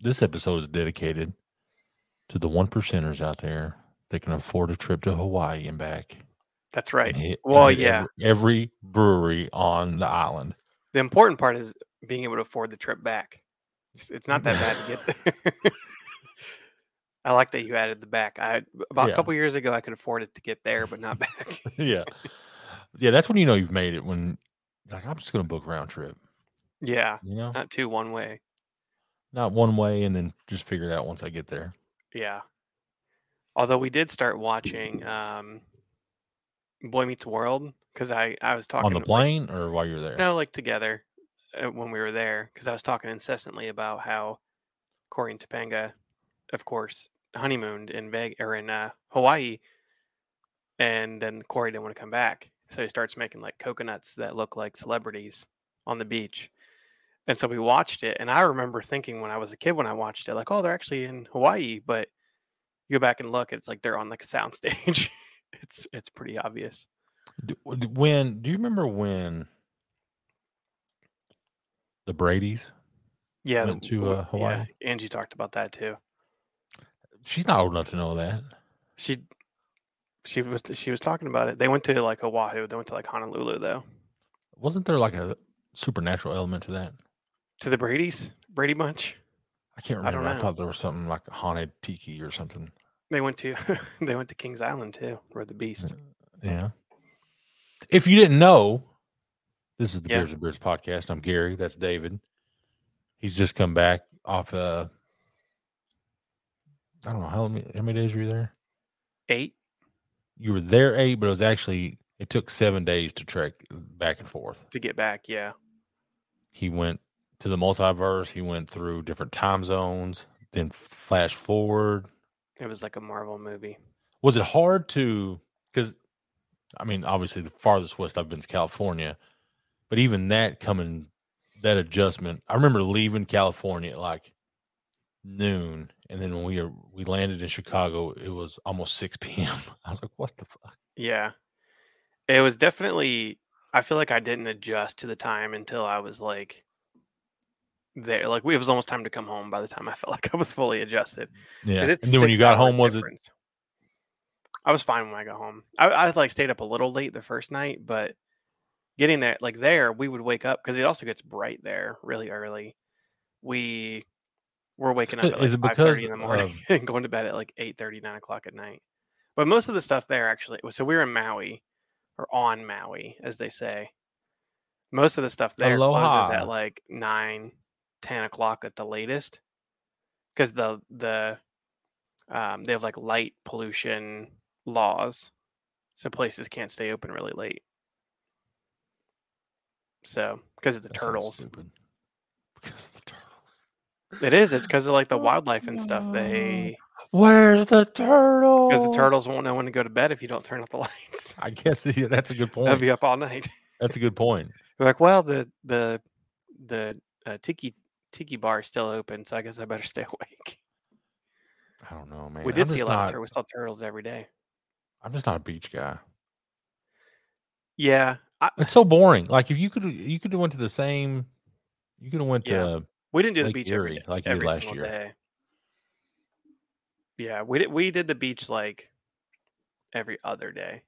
This episode is dedicated to the one percenters out there that can afford a trip to Hawaii and back. That's right. and hit- and well, hit yeah. every, every brewery on the island. The important part is being able to afford the trip back. It's, it's not that bad to get there. I like that you added the back. I about Yeah. a couple years ago I could afford it to get there, but not back. yeah, yeah, that's when you know you've made it. When like I'm just gonna book round trip, yeah, you know, not two one way. not one way, and then just figure it out once I get there. Yeah. Although we did start watching um, Boy Meets World because I I was talking on the like- plane or while you're there. No, like together uh, when we were there, because I was talking incessantly about how Corey and Topanga, of course, honeymooned in Vegas or in uh, Hawaii, and then Corey didn't want to come back, so he starts making like coconuts that look like celebrities on the beach. And so we watched it, and I remember thinking when I was a kid when I watched it, like, oh, they're actually in Hawaii, but you go back and look, it's like they're on like a soundstage. it's it's pretty obvious. D- w- d- When do you remember when the Brady's? Yeah, Went the- to, w- uh, Hawaii. Yeah, Angie talked about that too. She's not old enough to know that. She she was she was talking about it. They went to like Oahu. They went to like Honolulu though. Wasn't there like a supernatural element to that? To the Brady's Brady Bunch. I can't I don't remember. I, know. thought there was something like haunted tiki or something. They went to they went to Kings Island too, where the Beast. Yeah. If you didn't know, this is the Yeah. Beers and Beers podcast. I'm Gary. That's David. He's just come back off. Uh, I don't know how many, how many days were you there. Eight. you were there eight, but it was actually it took seven days to trek back and forth. To get back, yeah. He went to the multiverse. He went through different time zones. Then flash forward. It was like a Marvel movie. Was it hard to? Because I mean, obviously, the farthest west I've been is California, but even that coming, that adjustment. I remember leaving California at like noon, and then when we were, we landed in Chicago, it was almost six p.m. I was like, "What the fuck?" Yeah. It was definitely I feel like I didn't adjust to the time until I was like there. Like it was almost time to come home by the time I felt like I was fully adjusted. Yeah. 'Cause And it's then when you six got hour home, was it difference. I was fine when I got home. I, I like stayed up a little late the first night, but getting there, like there, we would wake up because it also gets bright there really early. We were waking up c- at is like it five thirty in because the morning and going to bed at like 8 9 o'clock at night. But most of the stuff there actually, so we were in Maui or on Maui, as they say. Most of the stuff there closes Aloha. at like 9, 10 o'clock at the latest because the the um, they have like light pollution laws, so places can't stay open really late. So because of the That sounds turtles, Stupid. Because of the turtles. it is. It's because of like the wildlife and stuff. They Where's the turtle? because the turtles won't know when to go to bed if you don't turn off the lights. I guess yeah, that's a good They'll point. be up all night. That's a good point. You're like, well, the the the uh, tiki tiki bar is still open, so I guess I better stay awake. I don't know, man. we I'm did see just a lot not, of turtles. We saw turtles every day. I'm just not a beach guy. Yeah, I, It's so boring. Like if you could, you could have went to the same. You could have went Yeah. to. we didn't do Lake the beach every Erie, day, like you did every last single year. day. Yeah, we did. We did the beach like every other day.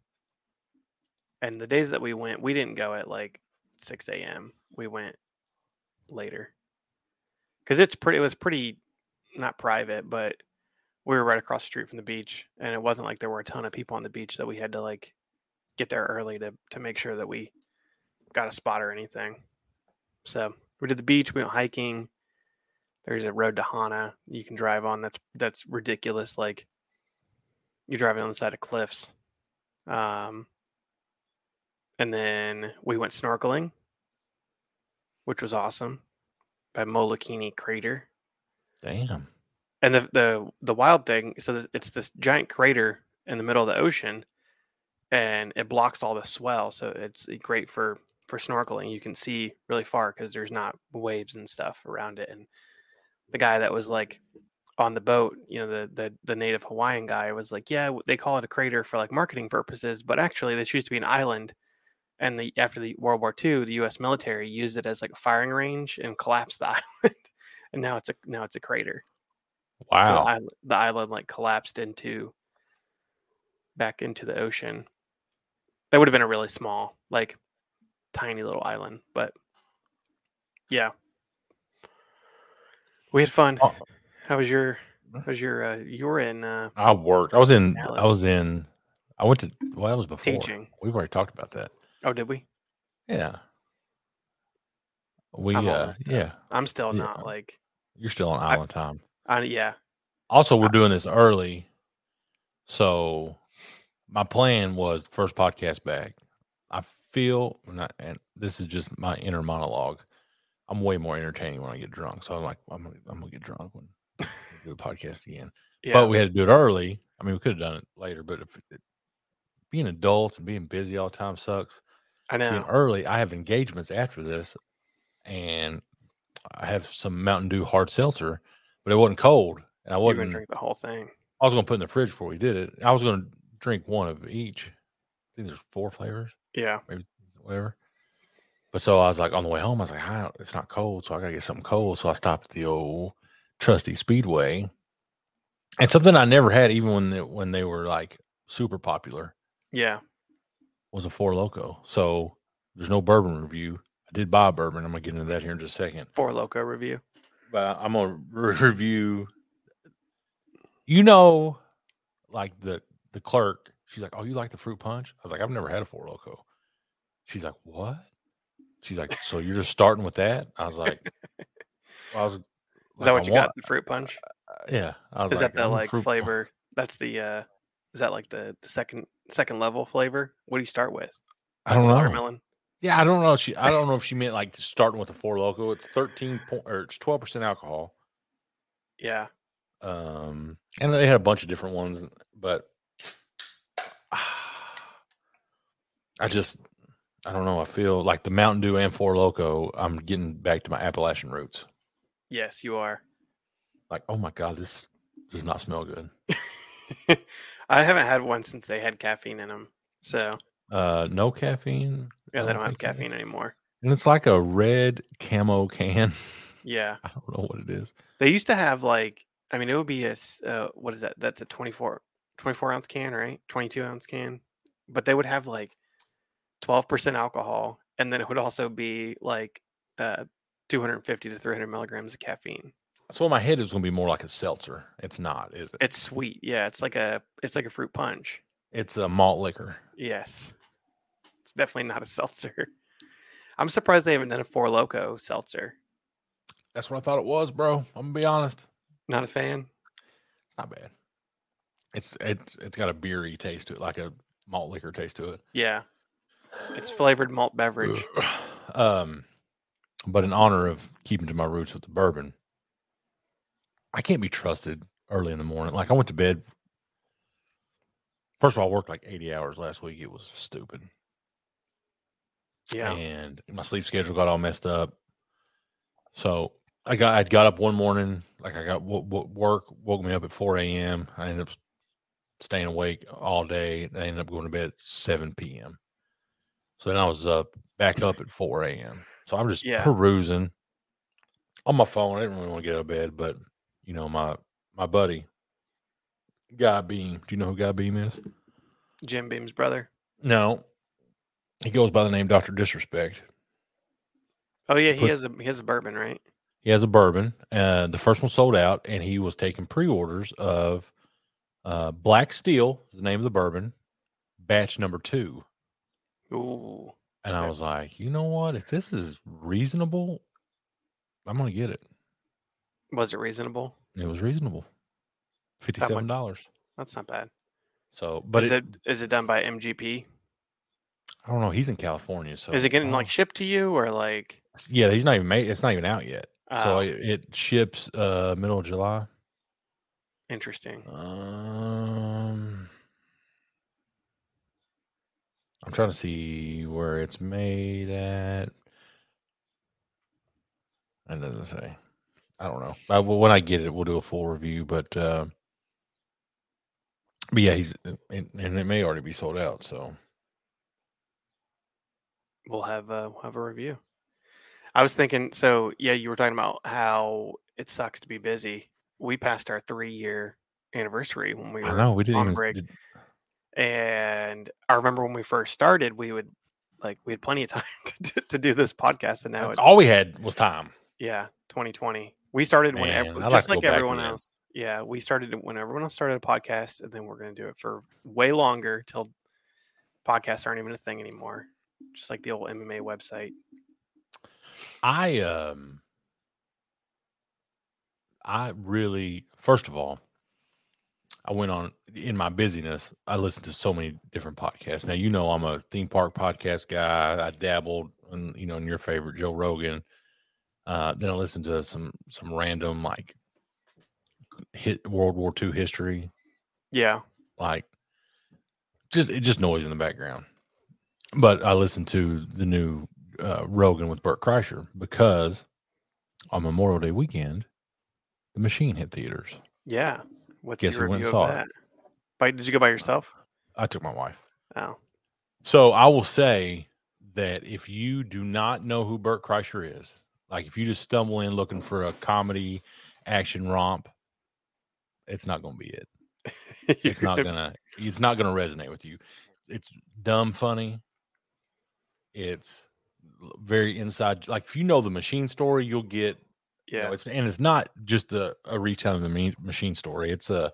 And the days that we went, we didn't go at like six a.m. We went later because it's pretty. It was pretty not private, but we were right across the street from the beach, and it wasn't like there were a ton of people on the beach that we had to like get there early to to make sure that we got a spot or anything. So we did the beach. We went hiking. There's a road to Hana you can drive on. That's that's ridiculous. Like you're driving on the side of cliffs. Um, and then we went snorkeling, which was awesome, by Molokini Crater. Damn. And the the the wild thing, so th- it's this giant crater in the middle of the ocean, and it blocks all the swell, so it's eh, great for for snorkeling. You can see really far because there's not waves and stuff around it. And the guy that was like on the boat, you know, the the the native Hawaiian guy was like, yeah, w- they call it a crater for like marketing purposes, but actually this used to be an island. And the after the World War II, the U.S. military used it as like a firing range and collapsed the island, and now it's a now it's a crater. Wow. So the, island, the island like collapsed into back into the ocean. That would have been a really small, like tiny little island, but yeah. We had fun. Oh. Mm-hmm. How was your how was your uh you were in uh I worked. I was in. I Dallas. was in. I went to. Well, that was before. teaching. We've already talked about that. Oh, did we? Yeah. We. I'm all uh, messed up. yeah. I'm still Yeah. not like You're still on I- island time. I yeah. Also, we're doing this early, so my plan was the first podcast back. I feel, and, I, and this is just my inner monologue. I'm way more entertaining when I get drunk, so I'm like, I'm gonna, I'm gonna get drunk when we do the podcast again. Yeah. But we had to do it early. I mean, we could have done it later, but if, being adults and being busy all the time sucks. I know. Being early, I have engagements after this, and I have some Mountain Dew hard seltzer, but it wasn't cold, and I You're gonna wasn't. drink the whole thing. I was gonna put in the fridge before we did it. I was gonna drink one of each. I think there's four flavors, Yeah. maybe whatever. But so I was like on the way home, I was like, I don't- it's not cold, so I gotta get something cold. So I stopped at the old trusty Speedway, and something I never had, even when they, when they were like super popular, Yeah. was a Four Loco. So there's no bourbon review. I did buy a bourbon. I'm gonna get into that here in just a second. Four loco review. but I'm gonna re- review. You know, like the the clerk, she's like, "Oh, you like the fruit punch?" I was like, "I've never had a four loco." She's like, "What?" She's like, "So you're just starting with that?" I was like, well, "I was." Is that like, what I you want- got? The fruit punch? Yeah, I was Is that the "I'm a like fruit punch." flavor? That's the uh is that like the, the second second level flavor? What do you start with? I don't Like a know. Watermelon. Yeah, I don't know. If she, I don't know if she meant like starting with a four loco. It's thirteen point or it's twelve percent alcohol. Yeah. um and they had a bunch of different ones but i just i don't know i feel like the mountain dew and four loco i'm getting back to my appalachian roots Yes, you are. like oh my god this does not smell good I haven't had one since they had caffeine in them. So uh no caffeine yeah, they don't don't have think it is. caffeine anymore. and it's like a red camo can Yeah, i don't know what it is they used to have like I mean it would be a s- uh, what is that? That's a 24, 24 ounce can, right? Twenty two ounce can, but they would have like twelve percent alcohol, and then it would also be like uh, two hundred fifty to three hundred milligrams of caffeine. so in my head it was gonna be more like a seltzer it's not is it It's sweet, yeah. It's like a it's like a fruit punch. it's a malt liquor Yes. It's definitely not a seltzer. I'm surprised they haven't done a Four Loco seltzer. that's what i thought it was bro i'm gonna be honest Not a fan. It's not bad. It's it's it's got a beery taste to it, like a malt liquor taste to it. Yeah. It's flavored malt beverage. um, but in honor of keeping to my roots with the bourbon, I can't be trusted early in the morning. Like I went to bed. First of all, I worked like eighty hours last week. It was stupid. Yeah. and my sleep schedule got all messed up. So I got I got up one morning, like I got w- w- work woke me up at four a.m. I ended up staying awake all day. I ended up going to bed at seven p.m. So then I was up back up at four a.m. So I'm just Yeah. perusing on my phone. I didn't really want to get out of bed, but you know my my buddy Guy Beam. Do you know who Guy Beam is? Jim Beam's brother. No, he goes by the name Doctor Disrespect. Oh yeah, he Put- has a he has a bourbon, right? He has a bourbon. Uh, the first one sold out, and he was taking pre-orders of uh, Black Steel, is the name of the bourbon, batch number two. Ooh. And I Okay. was like, you know what? If this is reasonable, I'm gonna get it. Was it reasonable? And It was reasonable, fifty-seven dollars. That's not bad. So, but is it, it is it done by MGP? I don't know. He's in California, so is I it getting don't- like shipped to you or like yeah, he's not even made. It's not even out yet. so Oh, it, it ships uh, middle of July. interesting. Um, I'm trying to see where it's made at. That doesn't say. I don't know. I, well, when I get it, we'll do a full review. But uh, but yeah, he's and, and it may already be sold out. So we'll have uh, we'll have a review. I was thinking, so yeah, you were talking about how it sucks to be busy. we passed our three year anniversary when we I were know we didn't on even. break. did- and I remember when we first started, we would like we had plenty of time to, to do this podcast, and now that's it's all we had was time. yeah, 2020. We started when Man, ev- I'd like just to go like back to everyone that. else. Yeah, we started it when everyone else started a podcast, and then we're gonna do it for way longer till podcasts aren't even a thing anymore. Just like the old MMA website. I um I really first of all, I went on in my busyness, I listened to so many different podcasts. Now you know I'm a theme park podcast guy. I dabbled in you know in your favorite Joe Rogan. Uh then I listened to some some random like hit World War II history, Yeah, like just it just noise in the background. But I listened to the new uh, Rogan with Burt Kreischer because on Memorial Day weekend, the machine hit theaters. yeah. What's Guess your we went review and of saw it. that? By, did you go by yourself? I took my wife. Oh, So I will say that if you do not know who Burt Kreischer is, like if you just stumble in looking for a comedy action romp, it's not going to be it. It's not gonna. It's not gonna resonate with you. It's dumb funny. It's l- very inside. Like if you know the machine story, you'll get. you know, Yeah, it's and it's not just a, a retelling of the me- machine story. It's a.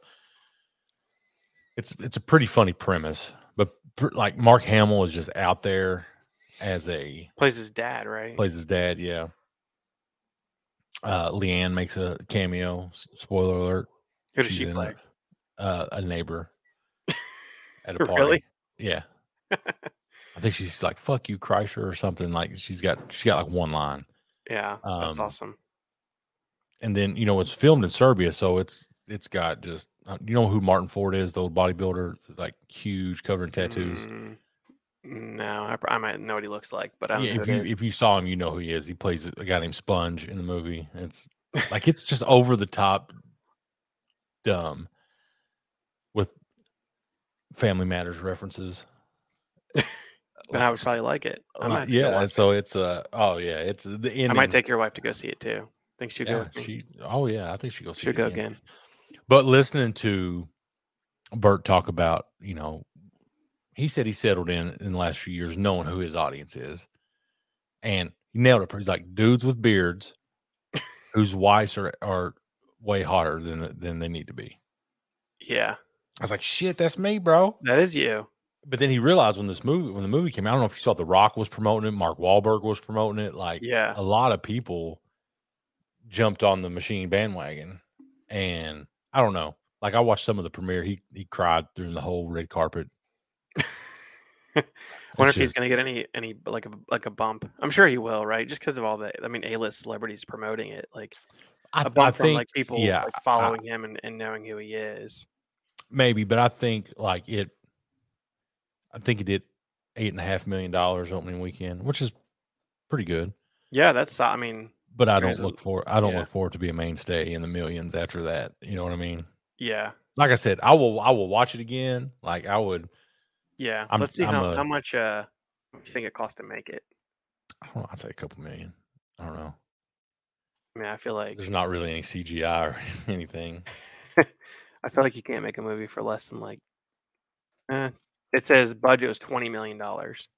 It's it's a pretty funny premise, but pr- like Mark Hamill is just out there as a plays his dad, right? plays his dad. Yeah. Uh, Leanne makes a cameo. s- Spoiler alert. Who does She's she in play? A, uh, a neighbor at a party. Really? Yeah. I think she's like "fuck you, Kreischer" or something. Like she's got she got like one line, Yeah, that's Um, awesome. and then you know it's filmed in Serbia, so it's it's got just uh, you know who Martin Ford is, the old bodybuilder, like huge, covered in tattoos. Mm, no, I, pr- I might know what he looks like, but I don't Yeah, know. if who you it is. if you saw him, you know who he is. He plays a guy named Sponge in the movie. It's like it's just over the top, dumb, with Family Matters references. then I would probably like it. I And might I- have to go Uh, yeah, watch so it's uh oh yeah, it's the it. ending. I might take your wife to go see it too. Think she'd go yeah, with me. she, oh yeah, I think she goes. She, will go again. But listening to Bert talk about, you know, he said he settled in in the last few years knowing who his audience is. And he nailed it. He's like dudes with beards whose wives are are way hotter than than they need to be. Yeah, I was like, shit, that's me, bro. that is you. But then he realized when this movie when the movie came out, I don't know if you saw it, The Rock was promoting it, Mark Wahlberg was promoting it, like oh, Yeah, a lot of people jumped on the machine bandwagon and i don't know like i watched some of the premiere he he cried during the whole red carpet wonder if It's he's just- gonna get any any like a like a bump. I'm sure he will, right? Just because of all the I mean, A-list celebrities promoting it, like I, a th- I bump from think like people yeah, like, following him and, and knowing who he is. maybe but i think like it i think he did eight and a half million dollars opening weekend which is pretty good Yeah, that's so- I mean, but i There don't is a- look for i don't yeah. look for it to be a mainstay in the millions after that you know what i mean yeah, like i said i will i will watch it again like i would yeah. I'm- Let's see I'm how, a- how much uh what do you think it costs to make it? i don't know i'd say a couple million i don't know I mean, I feel like there's not really any CGI or anything. I feel like you can't make a movie for less than like. Eh, it says budget was twenty million dollars.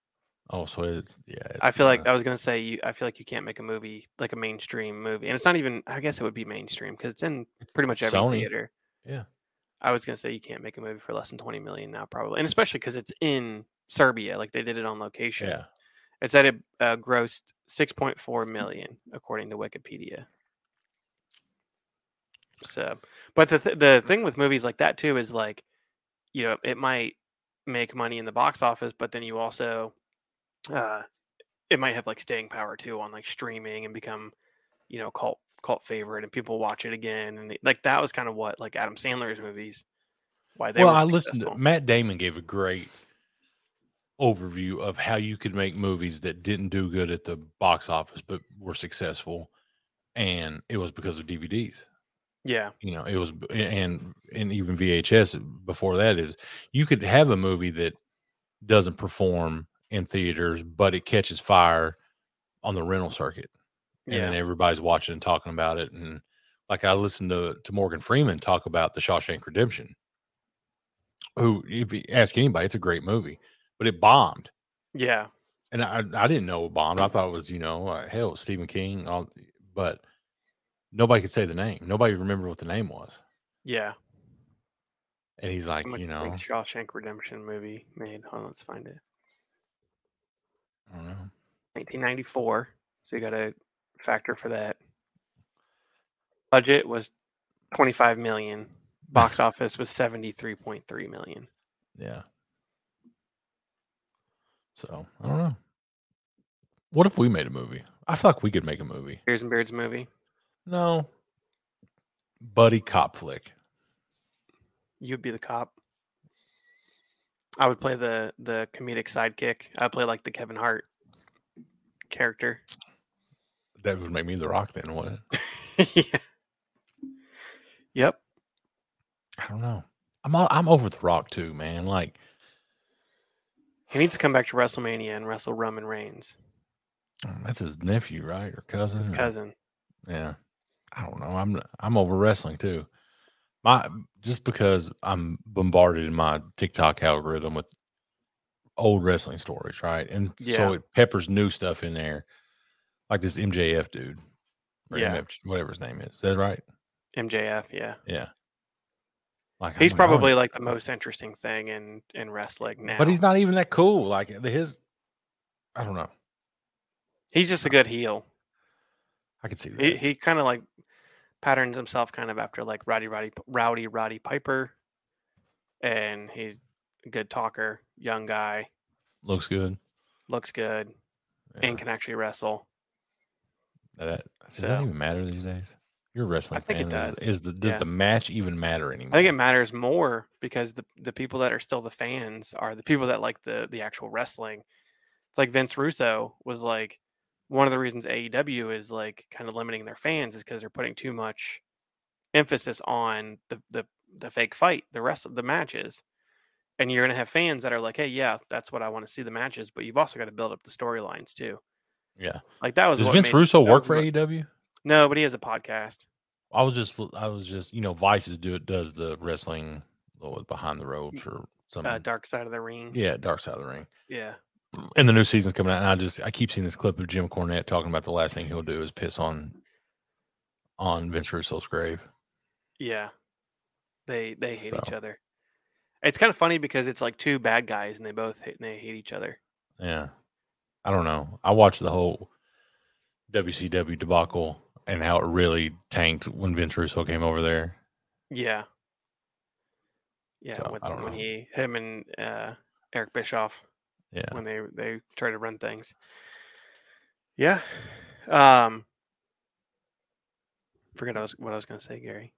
Oh, so it's yeah. It's I feel like not- I was gonna say you. I feel like you can't make a movie like a mainstream movie, and it's not even. I guess it would be mainstream because it's in pretty much every Sony. theater. Yeah. I was gonna say you can't make a movie for less than twenty million now, probably, and especially because it's in Serbia. Like they did it on location. yeah. It said it uh, grossed six point four million according to Wikipedia. So, but the th- the thing with movies like that too is like, you know, it might make money in the box office, but then you also, uh, it might have like staying power too on like streaming and become, you know, cult cult favorite and people watch it again and it- like that was kind of what like Adam Sandler's movies. Why they Well, were I listened. to successful. Matt Damon gave a great overview of how you could make movies that didn't do good at the box office but were successful, and it was because of DVDs. yeah, You know, it was b- and and even VHS before that is you could have a movie that doesn't perform in theaters, but it catches fire on the rental circuit. and yeah, then everybody's watching and talking about it and like I listened to to Morgan Freeman talk about The Shawshank Redemption. Who, if you ask anybody, it's a great movie, but it bombed. Yeah. and I, I didn't know it bombed. I thought it was, you know, uh, hell, Stephen King. All, but nobody could say the name. Nobody remembered what the name was. Yeah. And he's like, I'm you looking know, for a Shawshank Redemption movie made. Hold on, let's find it. I don't know. 1994. So you got to factor for that. Budget was 25 million. Box office was 73.3 million. Yeah. So I don't know. What if we made a movie? I feel like we could make a movie. Beers and Beards movie. No. Buddy cop flick. You'd be the cop. I would play the the comedic sidekick. I'd play like the Kevin Hart character. That would make me the rock then, wouldn't it? yeah. Yep. I don't know. I'm o- I'm over the rock too, man. Like He needs to come back to WrestleMania and wrestle Roman Reigns, that's his nephew, right? Or cousin. his or- cousin. Yeah. I don't know. I'm I'm over wrestling too. My just because I'm bombarded in my TikTok algorithm with old wrestling stories, right? And Yeah. so it peppers new stuff in there. Like this MJF dude. Or Yeah. MF, whatever his name is. Is that right? MJF, yeah. Yeah. Like I'm He's like, I don't- probably like the most interesting thing in in wrestling now. but he's not even that cool. Like his I don't know. He's just a good heel. I could see that. He he kind of like patterns himself kind of after like Roddy Roddy Rowdy Roddy Piper, and he's a good talker, young guy, Looks good. looks good, Yeah. and can actually wrestle. That, does that So- even matter these days? You're a wrestling think it fan. Is, does. is the does Yeah. the match even matter I anymore? think it matters more because the the people that are still the fans are the people that like the the actual wrestling. It's like Vince Russo was like one of the reasons AEW is like kind of limiting their fans is because they're putting too much emphasis on the the the fake fight, the rest of the matches. And you're gonna have fans that are like, hey, yeah, that's what I want to see the matches, but you've also got to build up the storylines too. yeah. Like that was Does what Vince made- Russo that work was for E what- AEW? No, but he has a podcast. I was just, I was just, you know, Vices do it does the wrestling what was it, behind the ropes or something. Uh, Dark Side of the Ring. Um, yeah, Dark Side of the Ring. yeah. And the new season's coming out, and I just, I keep seeing this clip of Jim Cornette talking about the last thing he'll do is piss on, on Vince Russo's grave. Yeah. They they hate each So. other. It's kind of funny because it's like two bad guys and they both hate and they hate each other. Yeah, I don't know. I watched the whole WCW debacle and how it really tanked when Vince Russo came over there. Yeah. Yeah, So, when, I don't when know. he him and uh Eric Bischoff Yeah, when they they try to run things. Yeah. Um forget Mm. I was, what I was gonna say, Gary.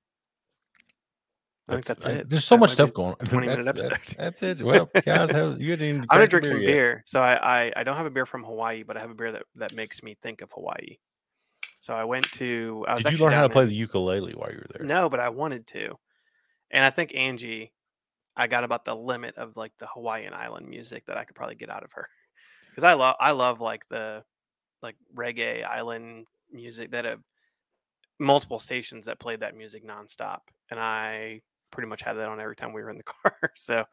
I think that's uh, it. There's so That much might be stuff the going. 20-minute That's- that- episode. that's it. Well, guys, have, you didn't. even I'm gonna crack your drink some yet. beer. So I, I I don't have a beer from Hawaii, but I have a beer that, that makes me think of Hawaii. So I went to. I was Did you actually learn how to down play in- the ukulele while you were there? No, but I wanted to, and I think Angie, I got about the limit of like the Hawaiian island music that I could probably get out of her, because I love I love like the like reggae island music that have multiple stations that played that music nonstop, and I pretty much had that on every time we were in the car. So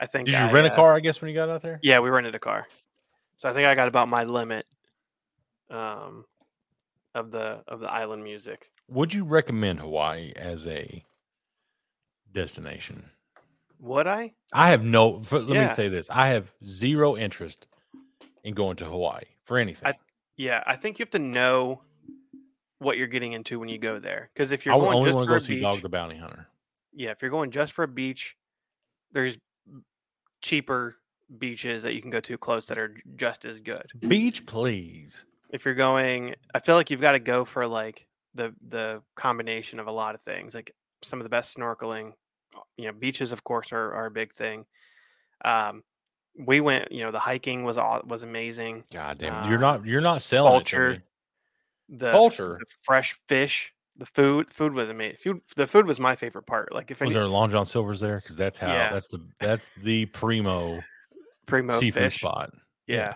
I think Did you I, rent a uh, car? I guess when you got out there. yeah, we rented a car. So I think I got about my limit um of the of the island music. Would you recommend Hawaii as a destination? Would I? I have no. For, let me Yeah. say this: I have zero interest in going to Hawaii for anything. Yeah, I think you have to know what you're getting into when you go there. Because if I, you're would going only just want to for go a see beach, Dog the Bounty Hunter. yeah, if you're going just for a beach, there's b- cheaper beaches that you can go to close that are j- just as good. Beach, please. if you're going i feel like you've got to go for like the the combination of a lot of things like some of the best snorkeling uh, you know beaches of course are, are a big thing um we went you know the hiking was all was amazing God damn, it. you're Uh, not. You're not selling culture. It to me. the f- Culture. the fresh fish the food food was amazing food, the food was my favorite part like if Was any there Long John Silver's there? Because that's how. Yeah. That's the. That's the primo primo seafood fish spot. yeah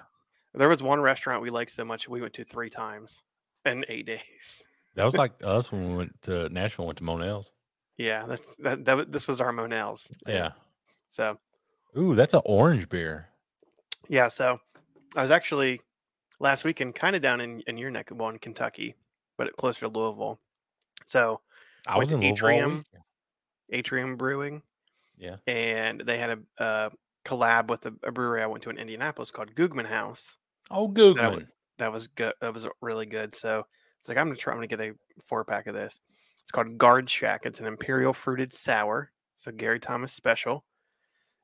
there was one restaurant we liked so much we went to three times in eight days That was like us when we went to Nashville, went to Monell's. Yeah, that's that. that wa- this was our Monell's. Yeah. So Ooh, that's an orange beer. yeah, so I was actually last weekend kind of down in, in your neck of well, in Kentucky, but closer to Louisville. So I Went was to in Louisville all Atrium. weekend. Atrium Brewing, Yeah. and they had a, a collab with a, a brewery I went to in Indianapolis called Googman House. Oh, That was- Googling. That was good. That was really good. So it's like I'm gonna try. I'm gonna get a four pack of this. It's called Guard Shack. It's an imperial fruited sour. So Gary Thomas special,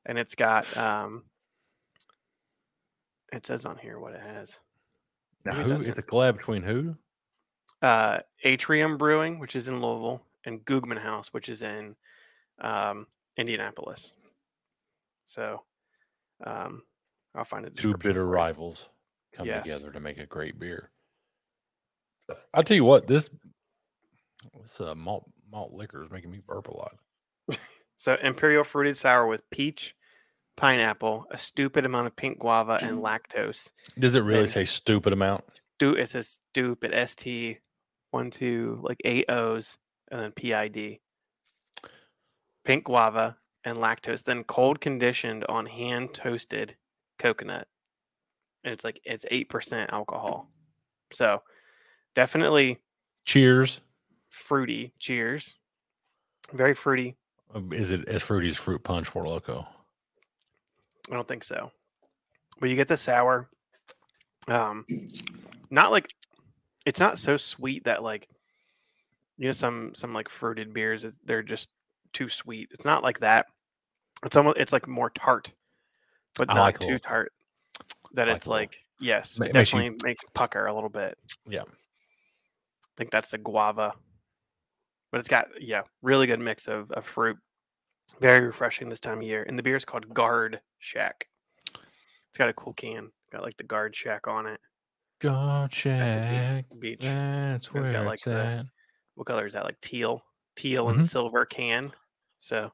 and it's got um. It says on here what it has. Now, Maybe it who? doesn't. It's a collab between who? uh, Atrium Brewing, which is in Louisville, and Googman House, which is in um, Indianapolis. So um, I'll find it. Two bitter right? rivals come Yes. together to make a great beer. I tell you what, this this uh, malt malt liquor is making me burp a lot. So Imperial Fruited Sour with peach, pineapple, a stupid amount of pink guava, and lactose. Does it really And- say stupid amount? Stu- it says stupid, ST, one, two, like eight O's, and then PID. Pink guava and lactose, then cold conditioned on hand toasted coconut. And it's like, it's 8% alcohol. So definitely Cheers. fruity. Cheers. Very fruity. Uh, Is it as fruity as fruit punch for loco? I don't think so. But you get the sour. Um not like it's not so sweet that like you know some some like fruited beers that they're just too sweet. It's not like that. It's almost it's like more tart, but I not like a too little- tart. That I like it's a little- like yes, Ma- it makes you- definitely makes it pucker a little bit. Yeah. I think that's the guava. But it's got yeah, really good mix of, of fruit. Very refreshing this time of year. And the beer is called Guard Shack. It's got a cool can. Got like the Guard Shack on it. God At check. the beach. Eh. beach. That's got, where like, it's the- at. What color is that? Like teal. Teal Mhm. and silver can. So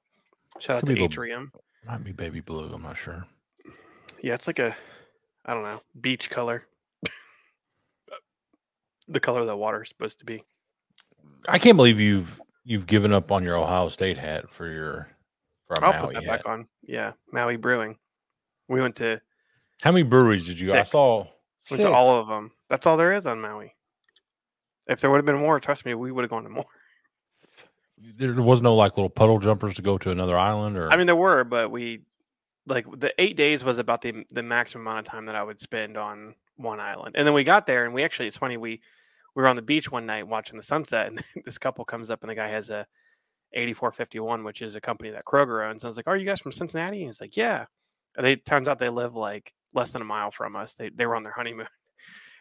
shout out Could to be the- Atrium. Might be baby blue. I'm not sure. Yeah, it's like a I don't know, beach color. the color the water is supposed to be. I can't believe you've you've given up on your Ohio State hat for your for a I'll Maui put that hat. back on. Yeah, Maui Brewing. We went to How many breweries did you? I Six. saw went to all of them. That's all there is on Maui. If there would have been more, trust me, we would have gone to more. there was no like little puddle jumpers to go to another island or I mean, there were, but we like the eight days was about the the maximum amount of time that I would spend on one island. And then we got there, and we actually it's funny we we were on the beach one night watching the sunset, and this couple comes up, and the guy has a eighty four fifty one, which is a company that Kroger owns. And I was like, "Are you guys from Cincinnati?" And he's like, "Yeah." And they turns out they live like less than a mile from us. They they were on their honeymoon.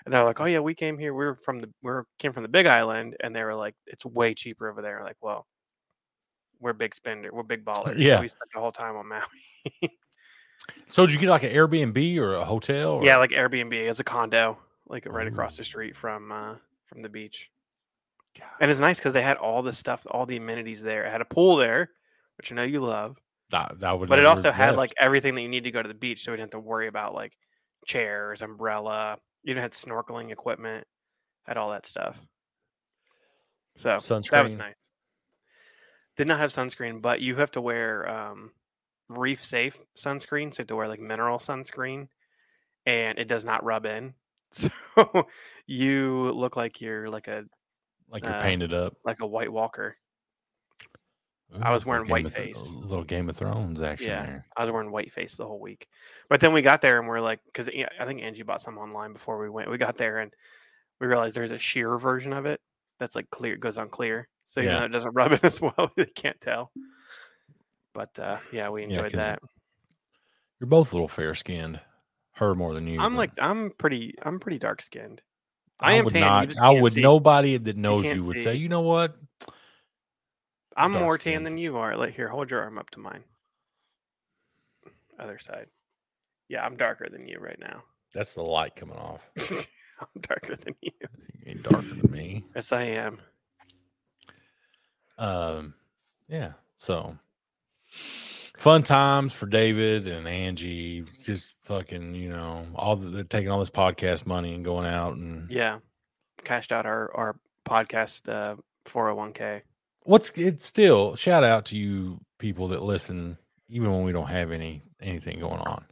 And they're like, "Oh yeah, we came here. We were from the we are came from the Big Island." And they were like, "It's way cheaper over there." Like, well, we're big spender, we're big ballers. Yeah. so we spent the whole time on Maui. so did you get like an Airbnb or a hotel? Or, Yeah, like Airbnb is a condo, like right across Ooh. the street from uh, from the beach, God. and it's nice because they had all the stuff, all the amenities there. It had a pool there, which I know you love, that, that would but it never also had left. like everything that you need to go to the beach, so we didn't have to worry about like chairs, umbrella. You had snorkeling equipment, had all that stuff. So that was Sunscreen. nice. Did not have sunscreen, but you have to wear um, reef safe sunscreen. So you have to wear like mineral sunscreen, and it does not rub in. So you look like you're like a like you're uh, painted up. like a White Walker. I was Ooh, wearing little Game white of Th- face. little Game of Thrones action Yeah. there. I was wearing whiteface the whole week. But then we got there and we're like, because I think Angie bought some online before we went. We got there and we realized there's a sheer version of it that's like clear, goes on clear. So you Yeah. know it doesn't rub in as well. They can't tell. But uh, yeah, we Yeah, enjoyed 'cause that. You're both a little fair skinned. Her more than you. I'm but like, I'm pretty, I'm pretty dark skinned. I am would tan, you not. just I can't would. see. Nobody that knows you, can't would see. say. You know what? I'm more tan dark-skinned. than you are. Like here, hold your arm up to mine. Other side. Yeah, I'm darker than you right now. That's the light coming off. I'm darker than you. You ain't darker than me. Yes, I am. Um, yeah. So fun times for David and Angie. Just fucking, you know, all the, they're taking all this podcast money and going out and Yeah. Cashed out our, our podcast uh 401k. What's it's still shout out to you people that listen, even when we don't have any anything going on.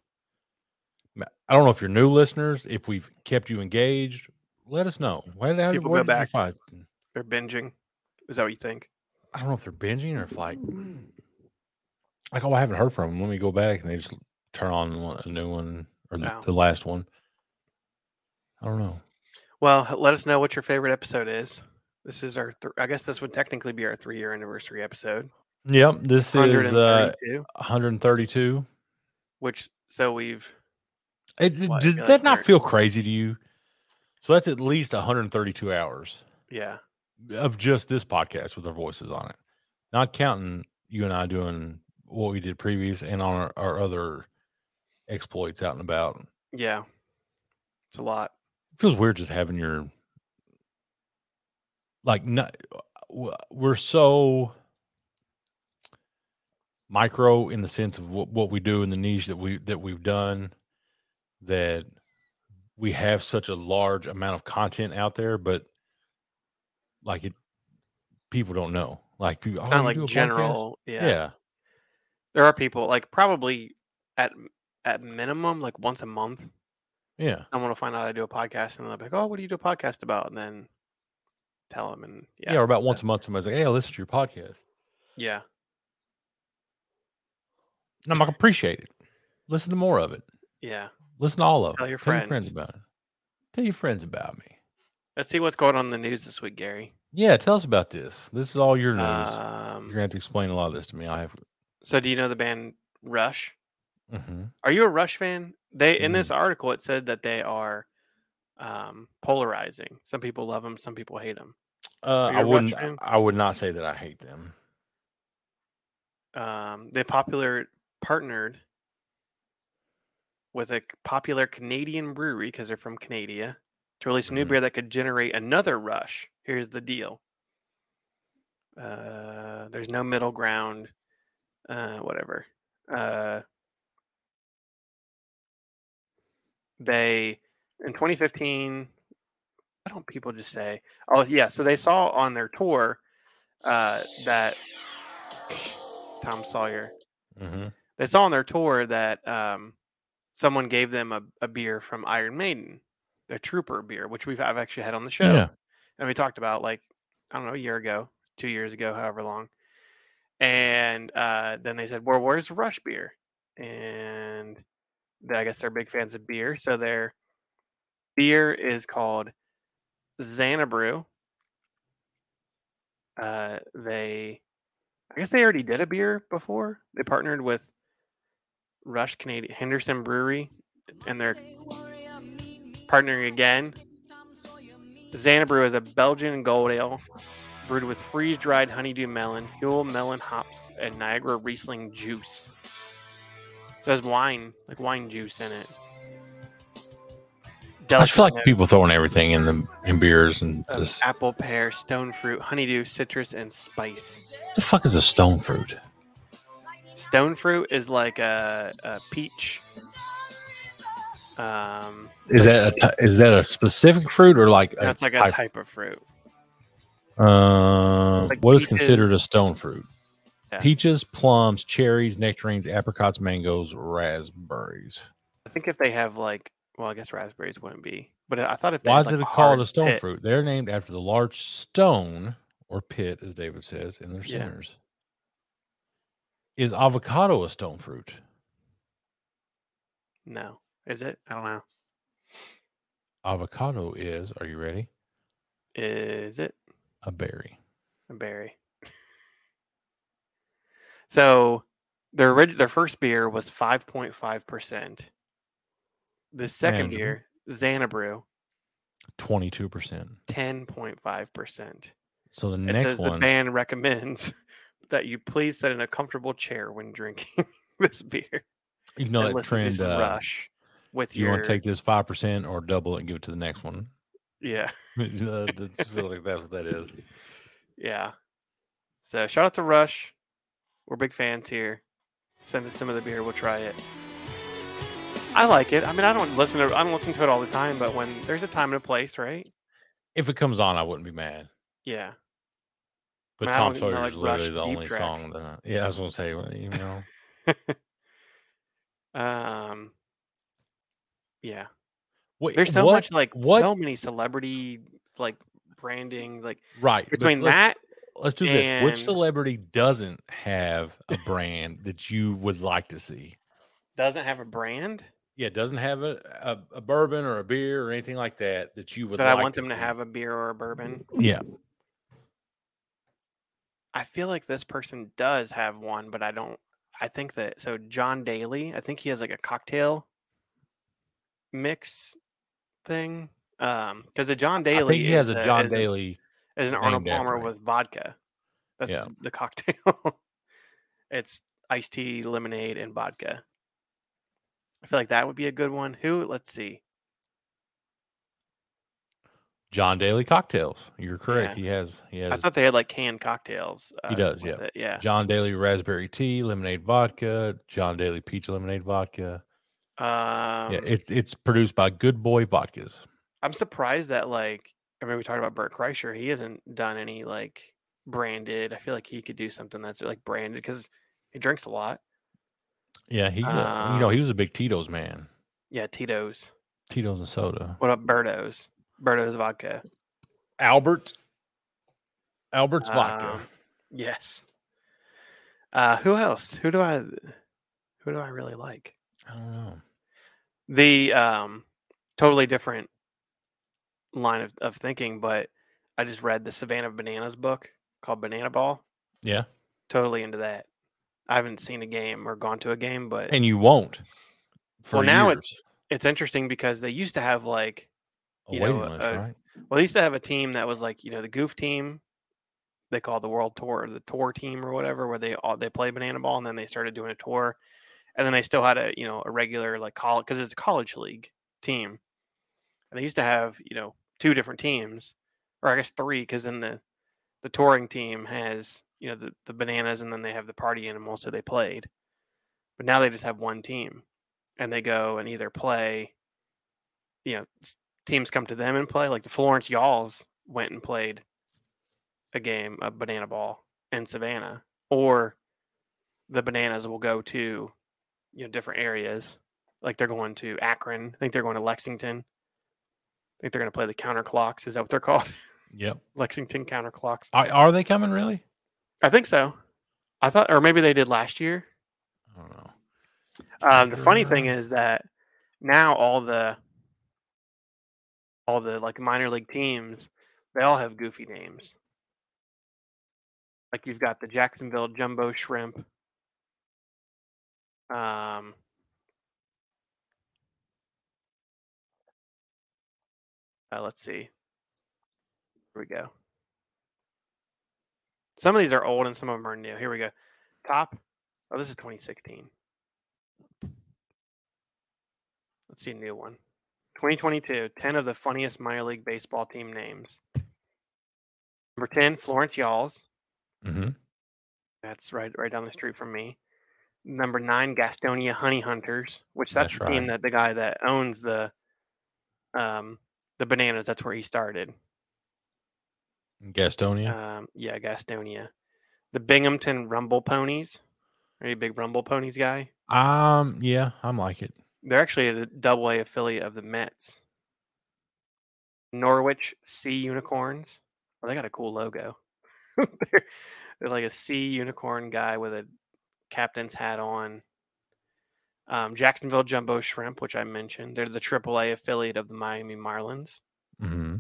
Ma- I don't know if you're new listeners, if we've kept you engaged, let us know. Where, how, People where did go you back. find- They're binging. Is that what you think? I don't know if they're binging or if like, like oh, I haven't heard from them. Let me go back and they just turn on one- a new one or the- Wow. the last one. I don't know. Well, h- let us know what your favorite episode is. This is our, th- I guess this would technically be our three year anniversary episode. Yep, this is uh, 132, 132. which, so we've, It, it- What, does you're like that not thirty. feel crazy to you? So that's at least 132 hours yeah, of just this podcast with our voices on it, not counting you and I doing what we did previous and on our, our other exploits out and about. yeah. It's a lot. feels weird just having your like not w- we're so micro in the sense of what, what we do in the niche that we that we've done that we have such a large amount of content out there but like it people don't know like you, It's oh, not you do a podcast? like general, yeah. yeah. There are people, like, probably at, at minimum, like once a month, yeah someone will find out I do a podcast and they'll be like, oh, what do you do a podcast about? And then tell them. And yeah yeah, yeah. or about once a month somebody's like hey I listen to your podcast and I'm like appreciate it listen to more of it yeah. Listen to all of Tell it. your friends friends. about it. Tell your friends about me. Let's see what's going on in the news this week, Gary. Yeah, tell us about this. This is all your news. You're Um, gonna have to explain a lot of this to me. I have. so, do you know the band Rush? Mhm. Are you a Rush fan? They in this Mm-hmm. article it said that they are um, polarizing. Some people love them, some people hate them. Uh, you I a Rush wouldn't. fan? I would not say that I hate them. Um, they popular partnered with a c- popular Canadian brewery because they're from Canada to release a new Mhm. beer that could generate another Rush. Here's the deal. Uh, there's no middle ground. Uh, whatever. Uh, they in 2015 why don't people just say oh yeah so they saw on their tour uh, that tom sawyer hmm they saw on their tour that um, someone gave them a, a beer from iron maiden the trooper beer which we've i've actually had on the show Yeah. and we talked about like i don't know a year ago two years ago however long and uh, then they said well where's rush beer and they- i guess they're big fans of beer so their beer is called xanabrew uh, they i guess they already did a beer before they partnered with rush canadian henderson brewery and they're partnering again Xanabrew is a Belgian gold ale brewed with freeze dried honeydew melon, Huel melon hops, and Niagara Riesling juice. So it has wine, like wine juice in it. I just Delicate feel like notes people throwing everything in the in beers and of just apple, pear, stone fruit, honeydew, citrus, and spice. the fuck is a stone fruit? Stone fruit is like a, a peach. Um, Is that a ty- is that a specific fruit or like a that's like a type- type of fruit. Uh, Like what is peaches. considered a stone fruit? Yeah. Peaches, plums, cherries, nectarines, apricots, mangoes, raspberries. I think if they have like, well, I guess raspberries wouldn't be, but I thought if they Why had, is like, it called hard a stone pit- fruit? They're named after the large stone or pit, as David says, in their Yeah. centers. Is avocado a stone fruit? No, is it? I don't know. Avocado is, are you ready? Is it A berry. a berry? so their orig- their first beer was five point five percent. The second Manageable. beer, Xanabrew, 22%. ten point five percent. So the It next says the one, band recommends that you please sit in a comfortable chair when drinking this beer you know and that listen to trend. some Uh, Rush with you your want to take this 5% or double it and give it to the next one? yeah Uh, that feels like that's what that is. yeah. So shout out to Rush, we're big fans here. Send us some of the beer, we'll try it. I like it. I mean, I don't listen to I don't listen to it all the time, but when there's a time and a place, right? If it comes on, I wouldn't be mad. Yeah. But Man, I Tom don't even Sawyer know, is like, Rush literally the deep only tracks. song that. I, yeah, I was gonna say, well, you know, Um. Yeah. Wait, There's so what- much like what? so many celebrity like branding like right let's- between let's, that Let's do this. and- Which celebrity doesn't have a brand that you would like to see? doesn't have a brand Yeah, doesn't have a, a, a bourbon or a beer or anything like that that you would. that like I want them to see. have a beer or a bourbon. Yeah, I feel like this person does have one, but I don't. I think that so John Daly. I think he has like a cocktail mix thing. Um, because the John Daly I think he has is uh, a John is Daly. is an named Arnold Palmer after him. with vodka. That's Yeah. the cocktail. it's iced tea, lemonade, and vodka. I feel like that would be a good one. Who? Let's see. John Daly cocktails. You're correct. He has he I has thought they had like canned cocktails. Uh, does, with yeah. it, Yeah. John Daly raspberry tea, lemonade vodka, John Daly peach lemonade vodka. Um, yeah, it, it's produced by Good Boy Vodkas. I'm surprised that like I mean we talked about Bert Kreischer. He hasn't done any like branded. I feel like he could do something that's like branded because he drinks a lot. Yeah, he uh, you know Um, he was a big Tito's man. Yeah, Tito's. Tito's and soda. What about Berto's? Berto's vodka. Albert. Albert's vodka. Um, yes. Uh, who else? Who do I? Who do I really like? I don't know. The um, totally different line of, of thinking, but I just read the Savannah Bananas book called Banana Ball. Yeah, totally into that. I haven't seen a game or gone to a game, but and you won't. For Well, now years. it's interesting because they used to have like, a you know, waiting list, uh, right? well, they used to have a team that was like, you know, the goof team. They call it the world tour, the tour team or whatever, where they all they play banana ball, and then they started doing a tour, and then they still had a you know a regular like college because it's a college league team, and they used to have you know two different teams, or I guess three, because then the the touring team has you know the, the bananas and then they have the party animals so they played but now they just have one team and they go and either play you know s- teams come to them and play like the florence yalls went and played a game of banana ball in savannah or the bananas will go to you know different areas like they're going to akron i think they're going to lexington i think they're going to play the counterclocks is that what they're called Yep. lexington counterclocks Are, are they coming really? I think so. I thought, or maybe they did last year. I don't know. Um, the funny thing Sure. is that now all the all the like minor league teams, they all have goofy names. Like you've got the Jacksonville Jumbo Shrimp. Um, uh, let's see. Here we go. Some of these are old and some of them are new. Here we go. Top. Oh, this is 2016. Let's see a new one. 2022, 10 of the funniest minor league baseball team names. Number 10, Florence Yalls. Mhm. That's right right down the street from me. Number 9, Gastonia Honey Hunters, which that's, That's the team right. that the guy that owns the um the bananas, that's where he started. Gastonia. Um, yeah, Gastonia. The Binghamton Rumble Ponies. Are you a big Rumble Ponies guy? um. Yeah, I'm like it. They're actually a double A affiliate of the Mets. Norwich Sea Unicorns. Well, they got a cool logo. they're, they're like a sea unicorn guy with a captain's hat on. Um, Jacksonville Jumbo Shrimp, which I mentioned. They're the AAA affiliate of the Miami Marlins. hmm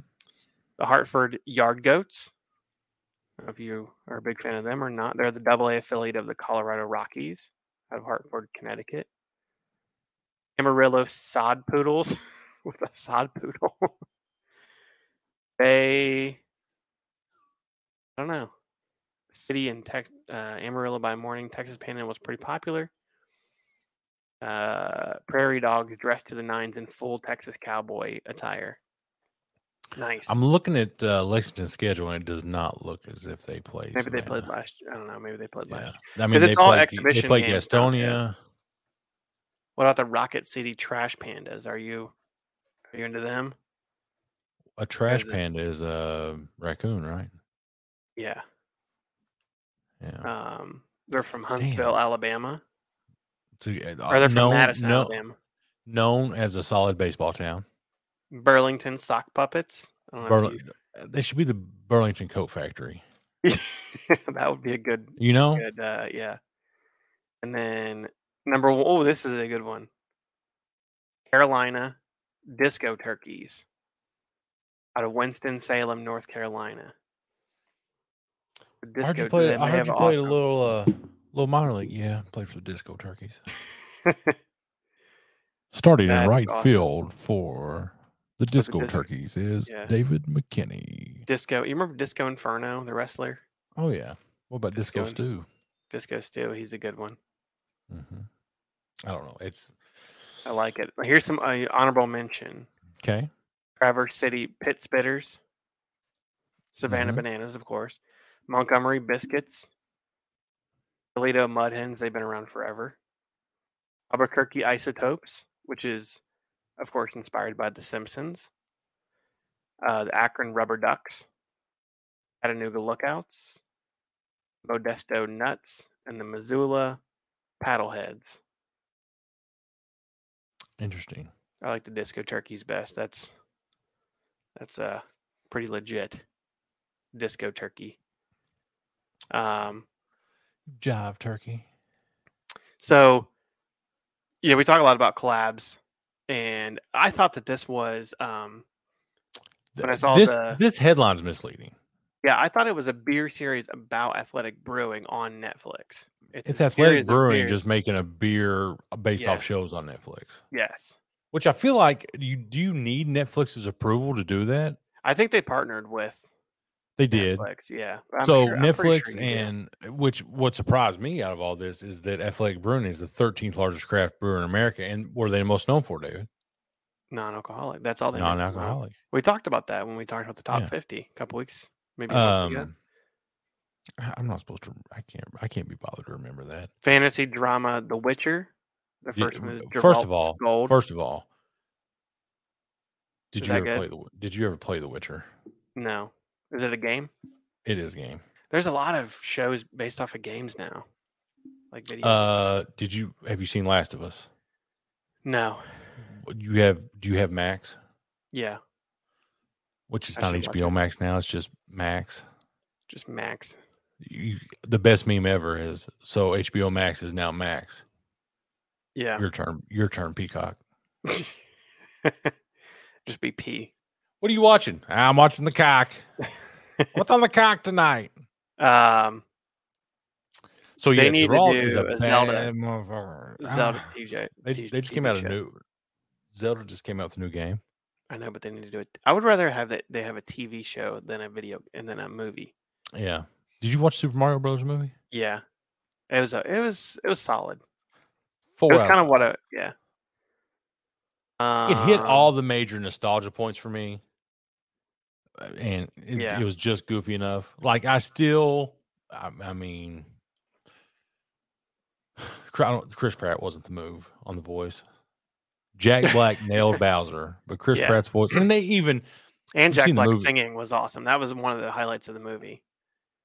The Hartford Yard Goats. I don't know If you are a big fan of them or not, they're the AA affiliate of the Colorado Rockies out of Hartford, Connecticut. Amarillo Sod Poodles with a sod poodle. they, I don't know, city in Tex, uh, Amarillo by morning, Texas Panhandle was pretty popular. Uh, prairie dogs dressed to the nines in full Texas cowboy attire. Nice. I'm looking at uh, Lexington's schedule, and it does not look as if they play. Maybe they played Savannah. last. I don't know. Maybe they played Yeah. last. I mean, they it's all played, exhibition They played games now, too. Gastonia. What about the Rocket City Trash Pandas? Are you are you into them? A trash it- panda is a raccoon, right? Yeah. Yeah. Um, they're from Huntsville, Alabama. So, yeah, uh, Or they're from known- Madison, kno- Alabama. known as a solid baseball town. Burlington sock puppets. I don't know if Burl- uh, they should be the Burlington Coat Factory. you- that would be a good, You know, good, uh, yeah. And then number one, oh, this is a good one. Carolina disco turkeys out of Winston Salem, North Carolina. The I heard you disco- play. they- I they heard have you played awesome- a little, uh, little minor league. Yeah, played for the Disco Turkeys. Starting in That's right awesome. field for the Disco Disco- Turkeys is yeah. David McKinney. disco. You remember Disco Inferno, the wrestler? Oh yeah. What about Disco Disco Stew? Disco Stew. He's a good one. hmm I don't know. It's I like it. Here's some uh, honorable mention: okay. Traverse City Pit Spitters, Savannah Mhm. Bananas, of course, Montgomery Biscuits, Toledo Mud Hens. They've been around forever. Albuquerque Isotopes, which is, of course, inspired by The Simpsons. Uh, the Akron Rubber Ducks, Chattanooga Lookouts, Modesto Nuts, and the Missoula Paddleheads. Interesting. I like the disco turkeys best. That's that's uh pretty legit disco turkey. Um Jive Turkey. so yeah, we talk a lot about collabs and I thought that this was um When I Th- saw this the- this headline's misleading. yeah, I thought it was a beer series about athletic brewing on Netflix. It's a Athletic series of Brewing beers. just making a beer based off Yes. shows on Netflix. yes. Which I feel like you do you need Netflix's approval to do that? I think they partnered with They did. Netflix. Yeah. I'm so sure- I'm pretty Netflix sure you did. and uh, which what surprised me out of all this is that Athletic Brewing is the 13th largest craft brewer in America, and what are they most known for, David? non-alcoholic. That's all Oh, they make. Wow. Non-alcoholic. We talked about that when we talked about the top Yeah. 50 a couple weeks, maybe a month ago. Um, I- I'm not supposed to. I can't. I can't be bothered to remember that. fantasy drama The Witcher. The Yeah, first one is w- first of Geralt's all, Gold. First of all, did Is you that ever good? play the? Wi- Did you ever play The Witcher? No, is it a game? It is a game. There's a lot of shows based off of games now, like video. Uh, did you have you seen Last of Us? no, Do You have. Do you have Max? yeah, Which is I not should watch HBO it. Max now. It's just Max. just Max. you, the best meme ever is so HBO Max is now Max. Yeah, Your turn, your turn, Peacock. just be P. What are you watching? I'm watching the cock. What's on the cock tonight? Um, So They yeah, need to Geralt is do a, a Zelda- Zelda. Bad motherfucker. Zelda Ah, TJ. they, T- just- they just TV came out a show. new. Zelda just came out with a new game. I know, but they need to do it. I would rather have that they have a TV show than a video and then a movie. Yeah. Did you watch Super Mario Bros. movie? Yeah, it was a, it was it was solid. Four. it was out kind of five. what I yeah. it hit Um, all the major nostalgia points for me Uh, and it, Yeah. it was just goofy enough like i still i, I mean Cr- I don't- chris pratt wasn't the move on the voice jack black nailed bowser but chris Yeah. pratt's voice and they even And I've Jack seen the Black movie. singing was awesome. That was one of the highlights of the movie.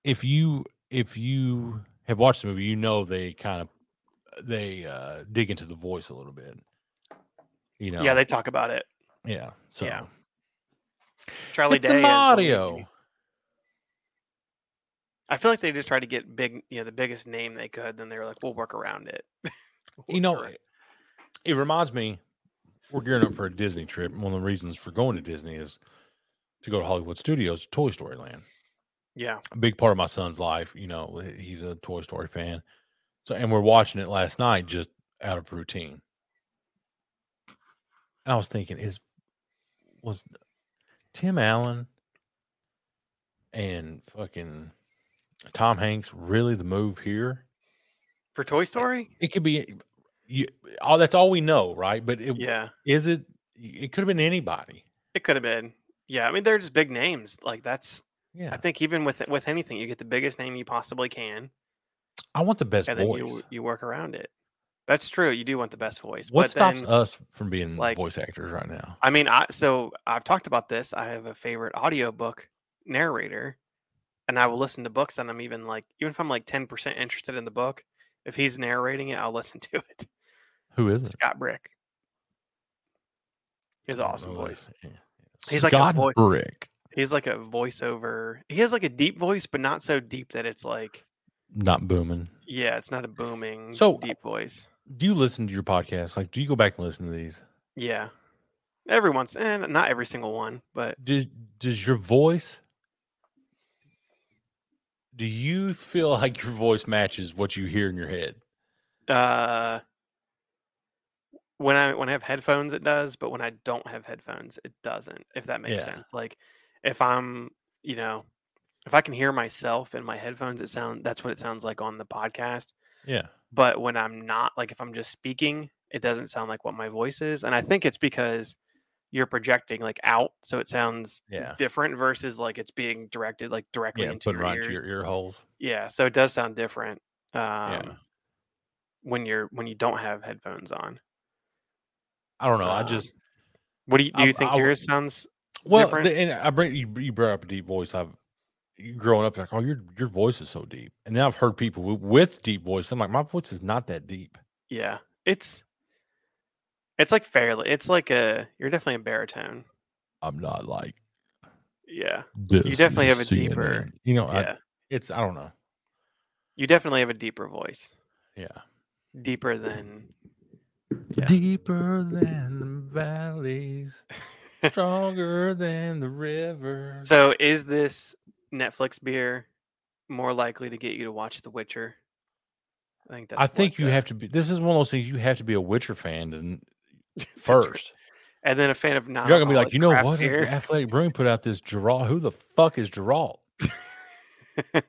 if you if you have watched the movie you know they kind of they uh dig into the voice a little bit you know Yeah, they talk about it. yeah so Yeah. Charlie it's Day. a is mario Luigi. I feel like they just tried to get big, you know, the biggest name they could. Then they were like, "We'll work around it." you know, Work it, it reminds me we're gearing up for a Disney trip. and One of the reasons for going to Disney is to go to Hollywood Studios, Toy Story Land. Yeah, A big part of my son's life, you know, he- he's a Toy Story fan. So, and we're watching it last night just out of routine. And I was thinking, is was Tim Allen and fucking Tom Hanks really the move here? for Toy Story. It could be you, all that's all we know, right? But it, Yeah, is it it could have been anybody it could have been. Yeah, I mean, they're just big names. Like that's. yeah I think even with with anything, you get the biggest name you possibly can, i want the best and then voice you you work around it. That's true. You do want the best voice. what but stops then- us from being like- voice actors right now I mean, I so I've talked about this. I have a favorite audiobook narrator and I will listen to books that I'm even like, even if I'm like 10% interested in the book, if he's narrating it, I'll listen to it. Who is it? Scott Brick. He has Oh, I an don't awesome know. voice. Yeah. He's like a Scott voice- Brick. He's like a voiceover. He has like a deep voice, but not so deep that it's like, Not booming. yeah, it's not a booming So- deep voice. Do you listen to your podcast? Like, do you go back and listen to these? Yeah. Every once and not every single one, but Does does your voice? Do you feel like your voice matches what you hear in your head? uh when I when I have headphones it does, but when I don't have headphones it doesn't, if that makes Yeah. sense. Like if I'm, you know, if I can hear myself in my headphones it sound that's what it sounds like on the podcast. Yeah. but when I'm not, like if I'm just speaking, it doesn't sound like what my voice is. And I think it's because you're projecting like out, so it sounds Yeah. different versus like it's being directed like directly Yeah. into Putting your right ears. into your ear holes. Yeah, so it does sound different um, when you're when you don't have headphones on. I don't know. I Um, just What do you do? You I've- think I'll- yours sounds? well, different? the, and I bring you, you brought up a deep voice. I've you growing up like, oh, your your voice is so deep, and then I've heard people with, with deep voice. I'm like, my voice is not that deep. Yeah, it's it's like fairly. It's like a you're definitely a baritone. I'm not like Yeah, this. definitely is have a deeper- CNN." You know, I, yeah. it's I don't know. You definitely have a deeper voice, Yeah. deeper than Yeah. Deeper than the valleys, stronger than the river. So is this Netflix beer more likely to get you to watch The Witcher? I think that's I what uh, think you the- have to be. This is one of those things you have to be a Witcher fan and that's right. first. and then a fan of non. You're gonna be like, you know what? Beer. Athletic Brewing put out this Geralt. Who the fuck is Geralt?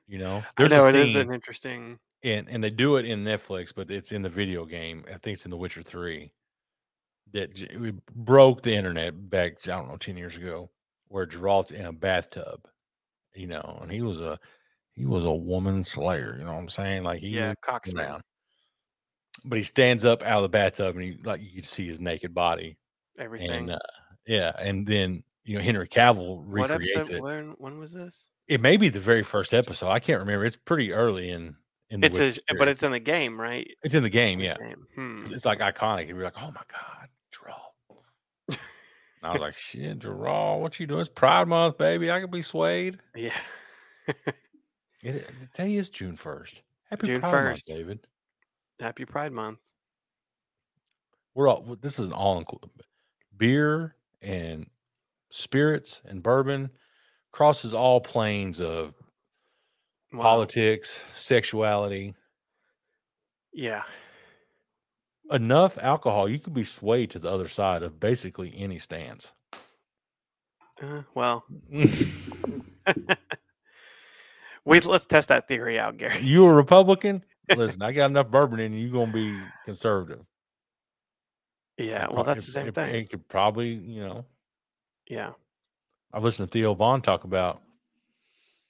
you know, I there's know a it is scene, an interesting. and and they do it in Netflix, but it's in the video game. I think it's in The Witcher Three. That j- it broke the internet back, I don't know, ten years ago, where Geralt's in a bathtub, you know, and he was a he was a woman slayer. You know what I'm saying? Like he yeah, was Cox fucking around. But he stands up out of the bathtub, and he like you can see his naked body, everything. and uh, yeah, and then you know Henry Cavill what recreates episode? it. When, when was this? It may be the very first episode. I can't remember. It's pretty early in in the It's Witcher a, but series. it's in the game, right? it's in the game. The Yeah, game. Hmm. it's like iconic. You're like, oh my god, Geralt. And I was like, shit, Geralt, what you doing? It's Pride Month, baby. I could be swayed. Yeah. It, the day is June first. Happy June Pride 1st. Month, David. Happy Pride Month. We're all. w- This is an all inclusive beer and spirits and bourbon crosses all planes of Wow. politics, sexuality, Yeah. enough alcohol, you could be swayed to the other side of basically any stance. Uh, well, you wait. Let's test that theory out, Gary. a Republican? Listen, I got enough bourbon in you, you're going to be conservative. Yeah. It Well, pro- that's the it- same it- thing. It could probably, you know, Yeah. I've listened to Theo Vaughn talk about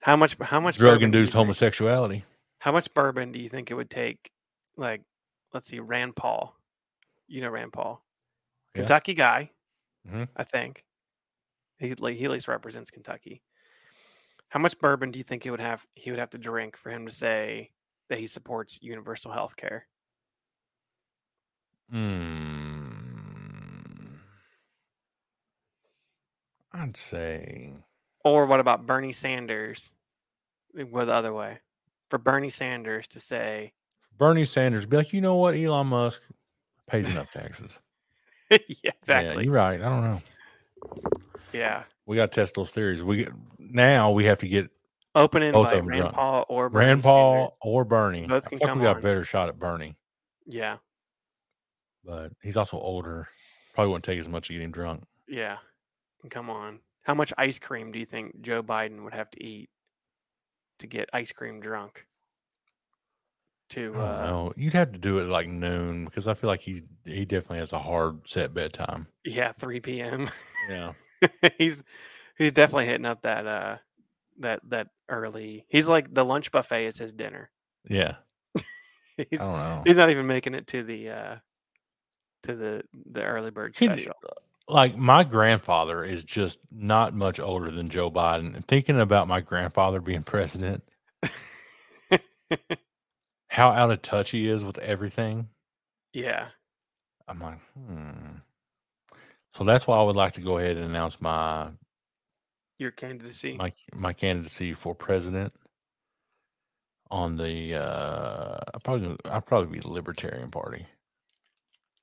How much? How much? drug bourbon do you induced think- homosexuality. How much bourbon do you think it would take? Like, let's see, Rand Paul. You know Rand Paul, Yeah. Kentucky guy. Mhm. I think he like he at least represents Kentucky. How much bourbon do you think he would have? He would have to drink for him to say that he supports universal health care. Hmm. Mm, I'd say Or what about Bernie Sanders? eh, Go the other way. For Bernie Sanders to say, Bernie Sanders be like, you know what, Elon Musk pays enough taxes. yeah, Yeah, exactly. you're right. I don't know. Yeah. We got to test those theories. We get, now we have to get Open Both of invite, them Rand drunk. Paul or Bernie Rand Sanders. Paul or Bernie. Both I can think come we got a on. better shot at Bernie, Yeah. but he's also older. Probably wouldn't take as much to get him drunk. Yeah. Come on. How much ice cream do you think Joe Biden would have to eat to get ice cream drunk? I To don't uh, know. You'd have to do it at like noon because I feel like he he definitely has a hard set bedtime. yeah, 3 p.m. Yeah. he's he's definitely hitting up that uh that that early. He's like the lunch buffet is his dinner. Yeah. He's Oh. I don't know. he's not even making it to the uh to the the early bird Can you- special. like my grandfather is just not much older than Joe Biden. And thinking about my grandfather being president, how out of touch he is with everything, Yeah. I'm like, hmm. So that's why I would like to go ahead and announce my Your candidacy. my my candidacy for president on the uh I probably I'll probably be Libertarian Party.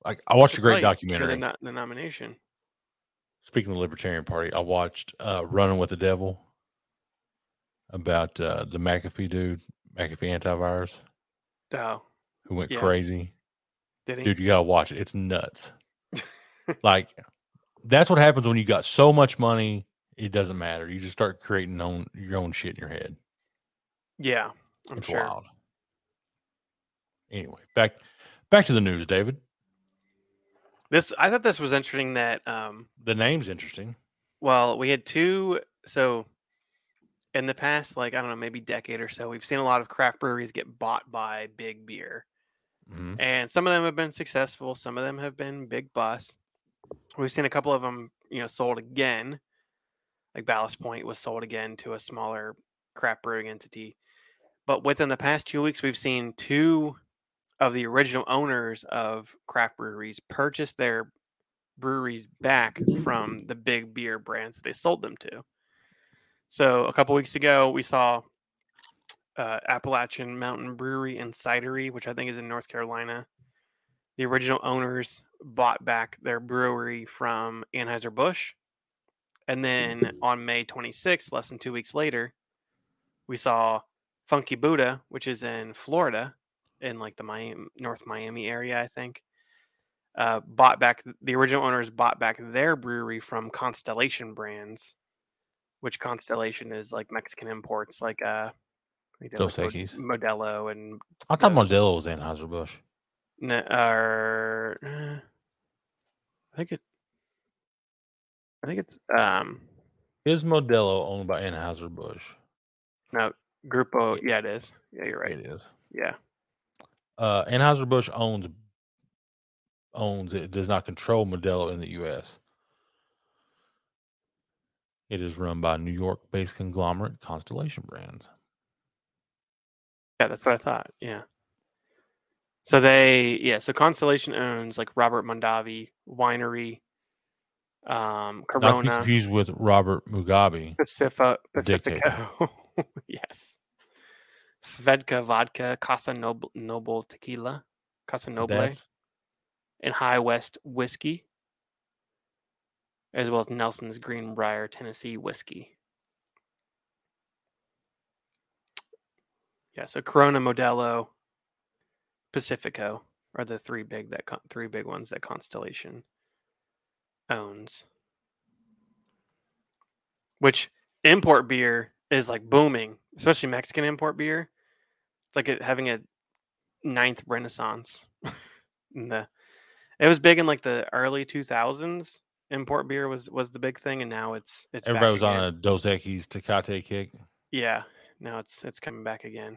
Like I watched a great Probably secure documentary. The, no- the nomination. Speaking of the Libertarian Party, I watched uh Running with the Devil about uh the McAfee dude, McAfee antivirus, Oh, who went Yeah. crazy. did he? Dude, you gotta watch it. It's nuts. like that's what happens when you got so much money, it doesn't matter. You just start creating own your own shit in your head. yeah, I'm it's sure. wild. Anyway, back back to the news, David. This I thought this was interesting that um The name's interesting. well, we had two so in the past like I don't know, maybe decade or so, we've seen a lot of craft breweries get bought by big beer. Mhm. And some of them have been successful, some of them have been big bust. We've seen a couple of them, you know, sold again. Like Ballast Point was sold again to a smaller craft brewing entity. But within the past two weeks, we've seen two of the original owners of craft breweries purchase their breweries back from the big beer brands they sold them to. So a couple weeks ago, we saw uh, Appalachian Mountain Brewery and Cidery, which I think is in North Carolina. The original owners bought back their brewery from Anheuser Busch, and then Mm-hmm. on May 26th, less than two weeks later, we saw Funky Buddha, which is in Florida, in like the Miami, North Miami area, I think. Uh, bought back the original owners bought back their brewery from Constellation Brands, which Constellation is like Mexican imports, like uh, I think they have, Dos like, Mod- Equis. Modelo and I thought Yeah. Modelo was Anheuser Busch. N- or uh, I think it. I think it's um Is Modelo owned by Anheuser Busch? no Grupo. Yeah, it is. Yeah, you're right. It is. Yeah, Uh, Anheuser Busch owns owns it. Does not control Modelo in the U.S. It is run by New York-based conglomerate Constellation Brands. yeah, that's what I thought. Yeah. So they yeah so Constellation owns like Robert Mondavi Winery, um Not to be Corona confused with Robert Mugabe. Pacifa Dictator. Pacifico. yes. Svedka vodka, Casa Noble, Noble tequila, Casa Noble. That's and High West whiskey, as well as Nelson's Greenbrier Tennessee whiskey. Yeah, so Corona, Modelo, Pacifico are the three big that con- three big ones that Constellation owns. Which import beer is like booming, especially Mexican import beer. It's like it, having a ninth renaissance in the it was big in like the early 2000s import beer was was the big thing and now it's it's back everybody was on again. a Dos Equis Tecate kick. yeah now it's it's coming back again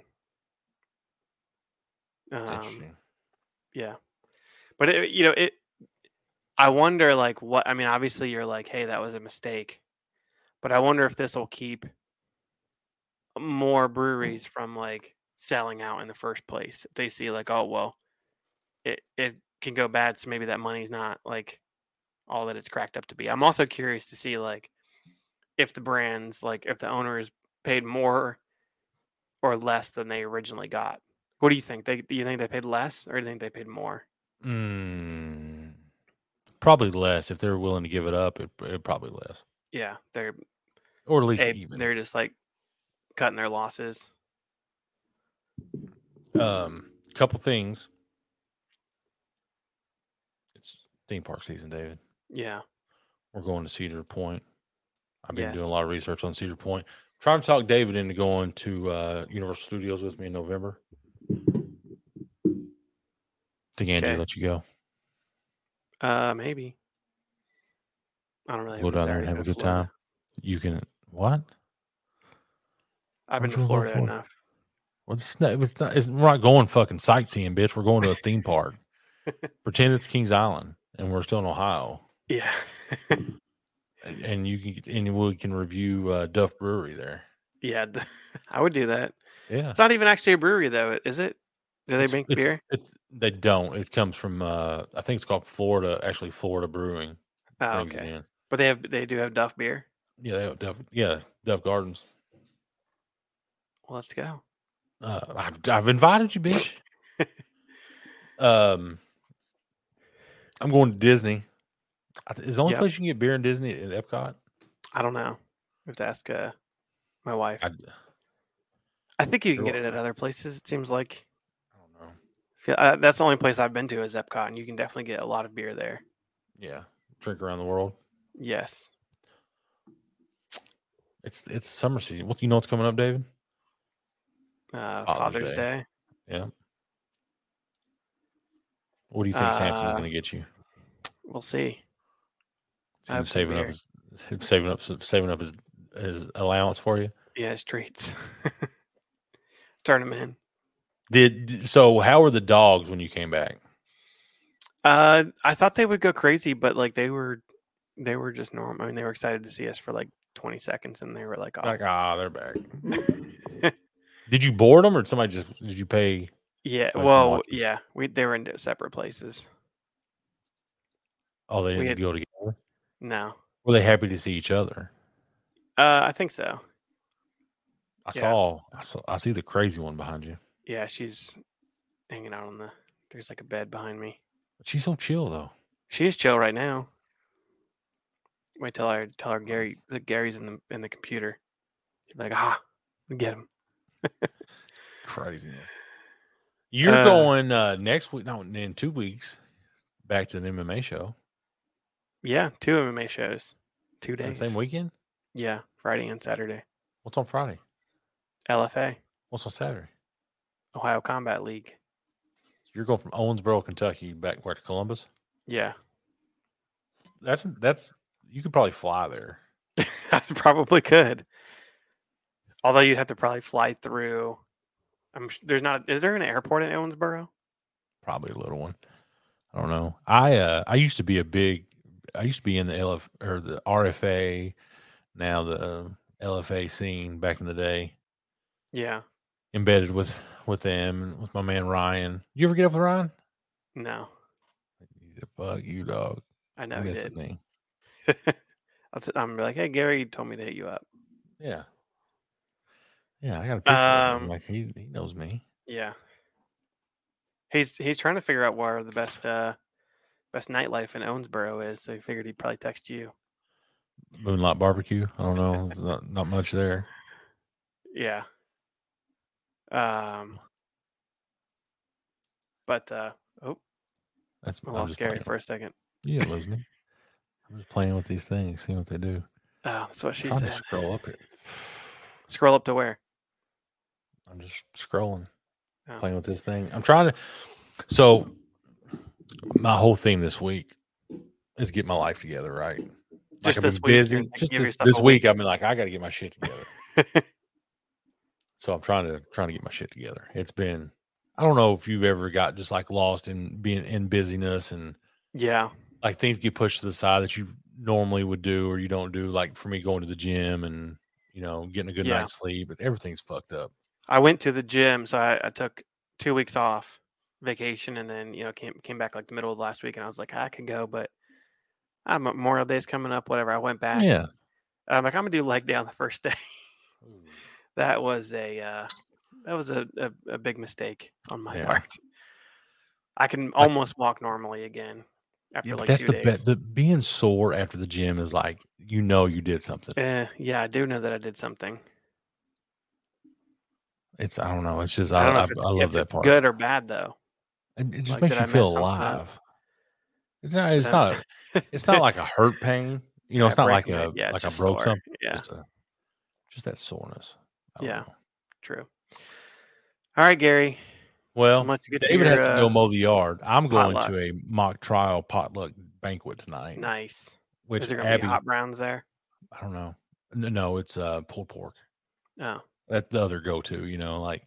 It's um, interesting. yeah but it, you know it i wonder like what i mean obviously you're like hey that was a mistake but i wonder if this will keep more breweries from like selling out in the first place if they see like oh well it it can go bad so maybe that money's not like all that it's cracked up to be i'm also curious to see like if the brands like if the owners paid more or less than they originally got what do you think? They do you think they paid less or do you think they paid more? Mm, probably less. If they're willing to give it up, it, it probably less, Yeah, they're or at least they, even. they're just like cutting their losses. Um, couple things. It's theme park season, David. Yeah, We're going to Cedar Point. I've been doing Yes. a lot of research on Cedar Point. trying to talk David into going to uh, Universal Studios with me in November. Think Andy Okay. let you go. uh, maybe. I don't really Go have a down there desire and to have a go to good Florida. time. You can what? I've I'm been to sure we'll go Florida Florida. enough. What's not, it was not, it's, we're not going fucking sightseeing, bitch. We're going to a theme park. Pretend it's Kings Island and we're still in Ohio. Yeah. and- and you can get- and we can review uh, Duff Brewery there. yeah. th- I would do that. Yeah, It's not even actually a brewery, though, is it? Do they It's- make it's- beer? It's they don't. It comes from uh, I think it's called Florida. Actually, Florida Brewing. Oh, brings it okay. in. But they have they do have Duff beer. Yeah, they have Duff. Yeah, Duff Gardens. Well, let's go. Uh, I've, I've invited you, bitch. um, I'm going to Disney. I th- Is the only Yep. place you can get beer in Disney at Epcot? I don't know. We have to ask uh, my wife. I, I I, don't think you can Sure. get it at other places. It seems like know. Feel- uh, that's the only place I've been to is Epcot, and you can definitely get a lot of beer there. Yeah, drink around the world. Yes. It's it's summer season. What you know what's coming up, David? Uh, Father's Father's Day. Day. What do you think Samson's Uh, going to get you? We'll Mm-hmm. see. Is I he have some saving up, beer. his, is he saving up, some- saving up his his allowance for you. Yeah, it's treats. Turn them in. Did d- so? How were the dogs when you came back? Uh, I thought they would go crazy, but like they were, they were just normal. I mean, they were excited to see us for like 20 seconds, and they were like, "Oh, Like ah, they're back. Did you board them, or somebody just did you pay? yeah." from Well, watching. yeah, we they were in separate places. Oh, they We didn't had- go together. No, Were they happy to see each other? uh, I think so. I Yeah. saw, I saw, I see the crazy one behind you. Yeah, she's hanging out on the. There's like a bed behind me. She's so chill though. She's chill right now. Wait till I tell her Gary that Gary's in the in the computer. She'd be like, ah, get him. Craziness. You're Uh, going uh, next week? No, in two weeks, back to an MMA show. Yeah, two MMA shows, two That days. Same weekend. Yeah, Friday and Saturday. What's on Friday? LFA, What's on Saturday? Ohio Combat League. You're going from Owensboro, Kentucky, back where to Columbus. Yeah, That's that's you could probably fly there. I probably could. Although you'd have to probably fly through. I'm sh- there's not. Is there an airport in Owensboro? Probably a little one. I don't know. I uh, I used to be a big. I used to be in the LF or the RFA, now the uh, LFA scene back in the day. Yeah. Embedded with with them and with my man Ryan. You ever get up with Ryan? No, He's a fuck you dog. I I know he miss did. that thing. I'll t- I'm like, hey, Gary told me to hit you up. Yeah. Yeah, I got a picture. of him. Um, Like he he knows me. Yeah. He's he's trying to figure out where the best uh best nightlife in Owensboro is, so he figured he'd probably text you. Moonlight Barbecue. I don't know. There's not not much there. Yeah. Um but uh oh That's I I'm lost just Gary playing. for a second. You didn't lose me. I'm just playing with these things, seeing what they do. Oh, that's what she trying said. to scroll up here. Scroll up to where? I'm just scrolling, Oh. playing with this thing. I'm trying to. So, my whole theme this week is get my life together, right? Like, Just I've this been week, you're busy. saying, like, Just give this, yourself this a week, I've been like, I got to get my shit together. so I'm trying to trying to get my shit together. It's been. I don't know if you've ever got just like lost in being in busyness and Yeah. like things get pushed to the side that you normally would do or you don't do like for me going to the gym and you know getting a good Yeah. night's sleep but everything's fucked up I went to the gym, so I, I took two weeks off vacation, and then you know came came back like the middle of last week, and I was like, I could go, but I'm Memorial Day's coming up, whatever. I went back. yeah I'm like, I'm gonna do leg day on the first day. that was a uh, that was a, a, a big mistake on my Yeah. part. I can almost walk normally again after yeah but like that's two the days. bet the being sore after the gym is like you know you did something Eh, yeah, I do know that I did something. it's i don't know it's just I i, don't know I, if it's, I if love that it's part good or bad though. And it just like, makes did you I feel miss something up? alive it's not it's Uh, not a, it's not like a hurt pain you know I it's not like break my- a yeah, it's like i just broke sore. something Yeah, just, a, just that soreness I don't Yeah. know. true. All right, Gary. well Unless you get to David your, has to uh, go mow the yard. I'm going potluck. to a mock trial potluck banquet tonight, Nice. Is which there gonna Abby, be hot browns there? I don't know. No, no, it's uh, pulled pork. No. That's the other go-to. You know, like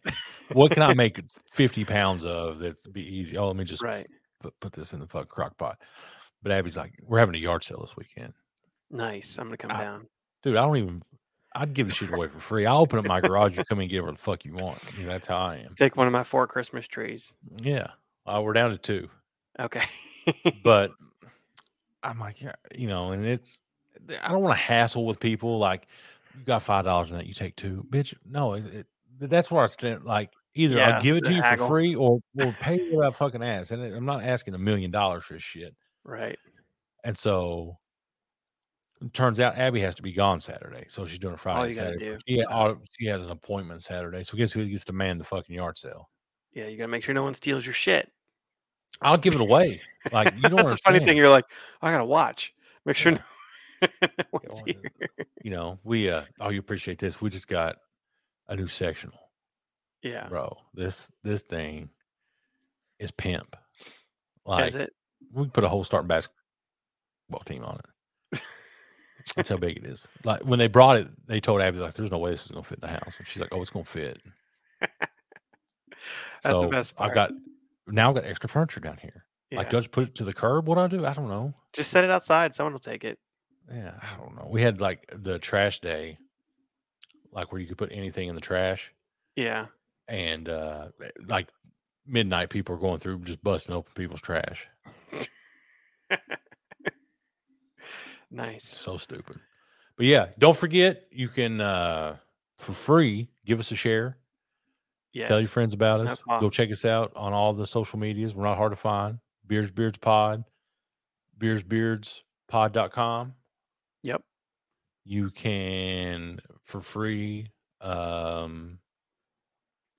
what can I make 50 pounds of that's be easy? Oh, let me just Right. put, put this in the fuck crock pot. But Abby's like, we're having a yard sale this weekend. Nice. I'm gonna come I- down. Dude, I don't even, I'd give the shit away for free. I'll open up my garage. You come and get whatever the fuck you want. You know, that's how I am. Take one of my four Christmas trees. Yeah. Uh, we're down to two. Okay. but I'm like, yeah, you know, and it's I don't want to hassle with people. Like, you got five dollars in that, you take two, bitch. No, it, it, that's where I stand. Like, either Yeah, I'll give it the to you haggle. for free, or we'll pay you that fucking ass. And I'm not asking a million dollars for this shit. right. And so, it turns out Abby has to be gone Saturday, so she's doing a Friday. you gotta Saturday. do. Yeah, all- she has an appointment Saturday. So guess who gets to man the fucking yard sale? Yeah, you gotta make sure no one steals your shit. I'll give it away. Like you don't. That's the funny understand. thing. You're like, I gotta watch. Make sure Yeah. no Yeah, one's or here. you know, we uh oh you appreciate this. We just got a new sectional, Yeah. bro. This this thing is pimp. Like Is it? we put a whole starting basketball team on it. That's how big it is. Like when they brought it, they told Abby like, "There's no way this is gonna fit in the house," and she's like, "Oh, it's gonna fit." That's the best part. I've got now I've got extra furniture down here. Yeah. Like, do I just put it to the curb? What do I do? I don't know. Just set it outside. Someone will take it. Yeah, I don't know. We had like the trash day, like where you could put anything in the trash. Yeah. and uh like midnight people are going through just busting open people's trash Nice. so stupid but yeah don't forget you can uh for free give us a share Yes. tell your friends about No us go cost. check us out on all the social medias we're not hard to find beards beards pod beards beards pod.com Yep. you can for free um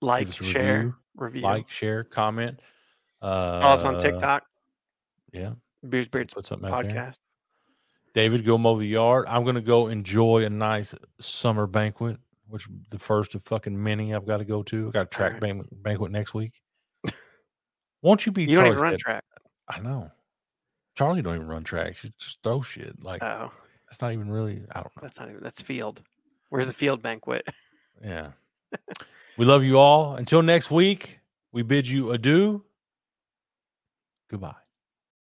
give Like, us a share, review. review, like share comment uh Follow us on TikTok. yeah Beers, Beards put something out there podcast. David, go mow the yard. I'm going to go enjoy a nice summer banquet, which the first of fucking many I've got to go to. I got a track right. ban- banquet next week. Won't you be You don't even Charlie run Step- track. I know. Charlie don't even run track. She just throw shit. Like Oh, it's not even really. I don't know. that's not even. That's field. Where's the field banquet? Yeah. we love you all. Until next week, we bid you adieu. Goodbye.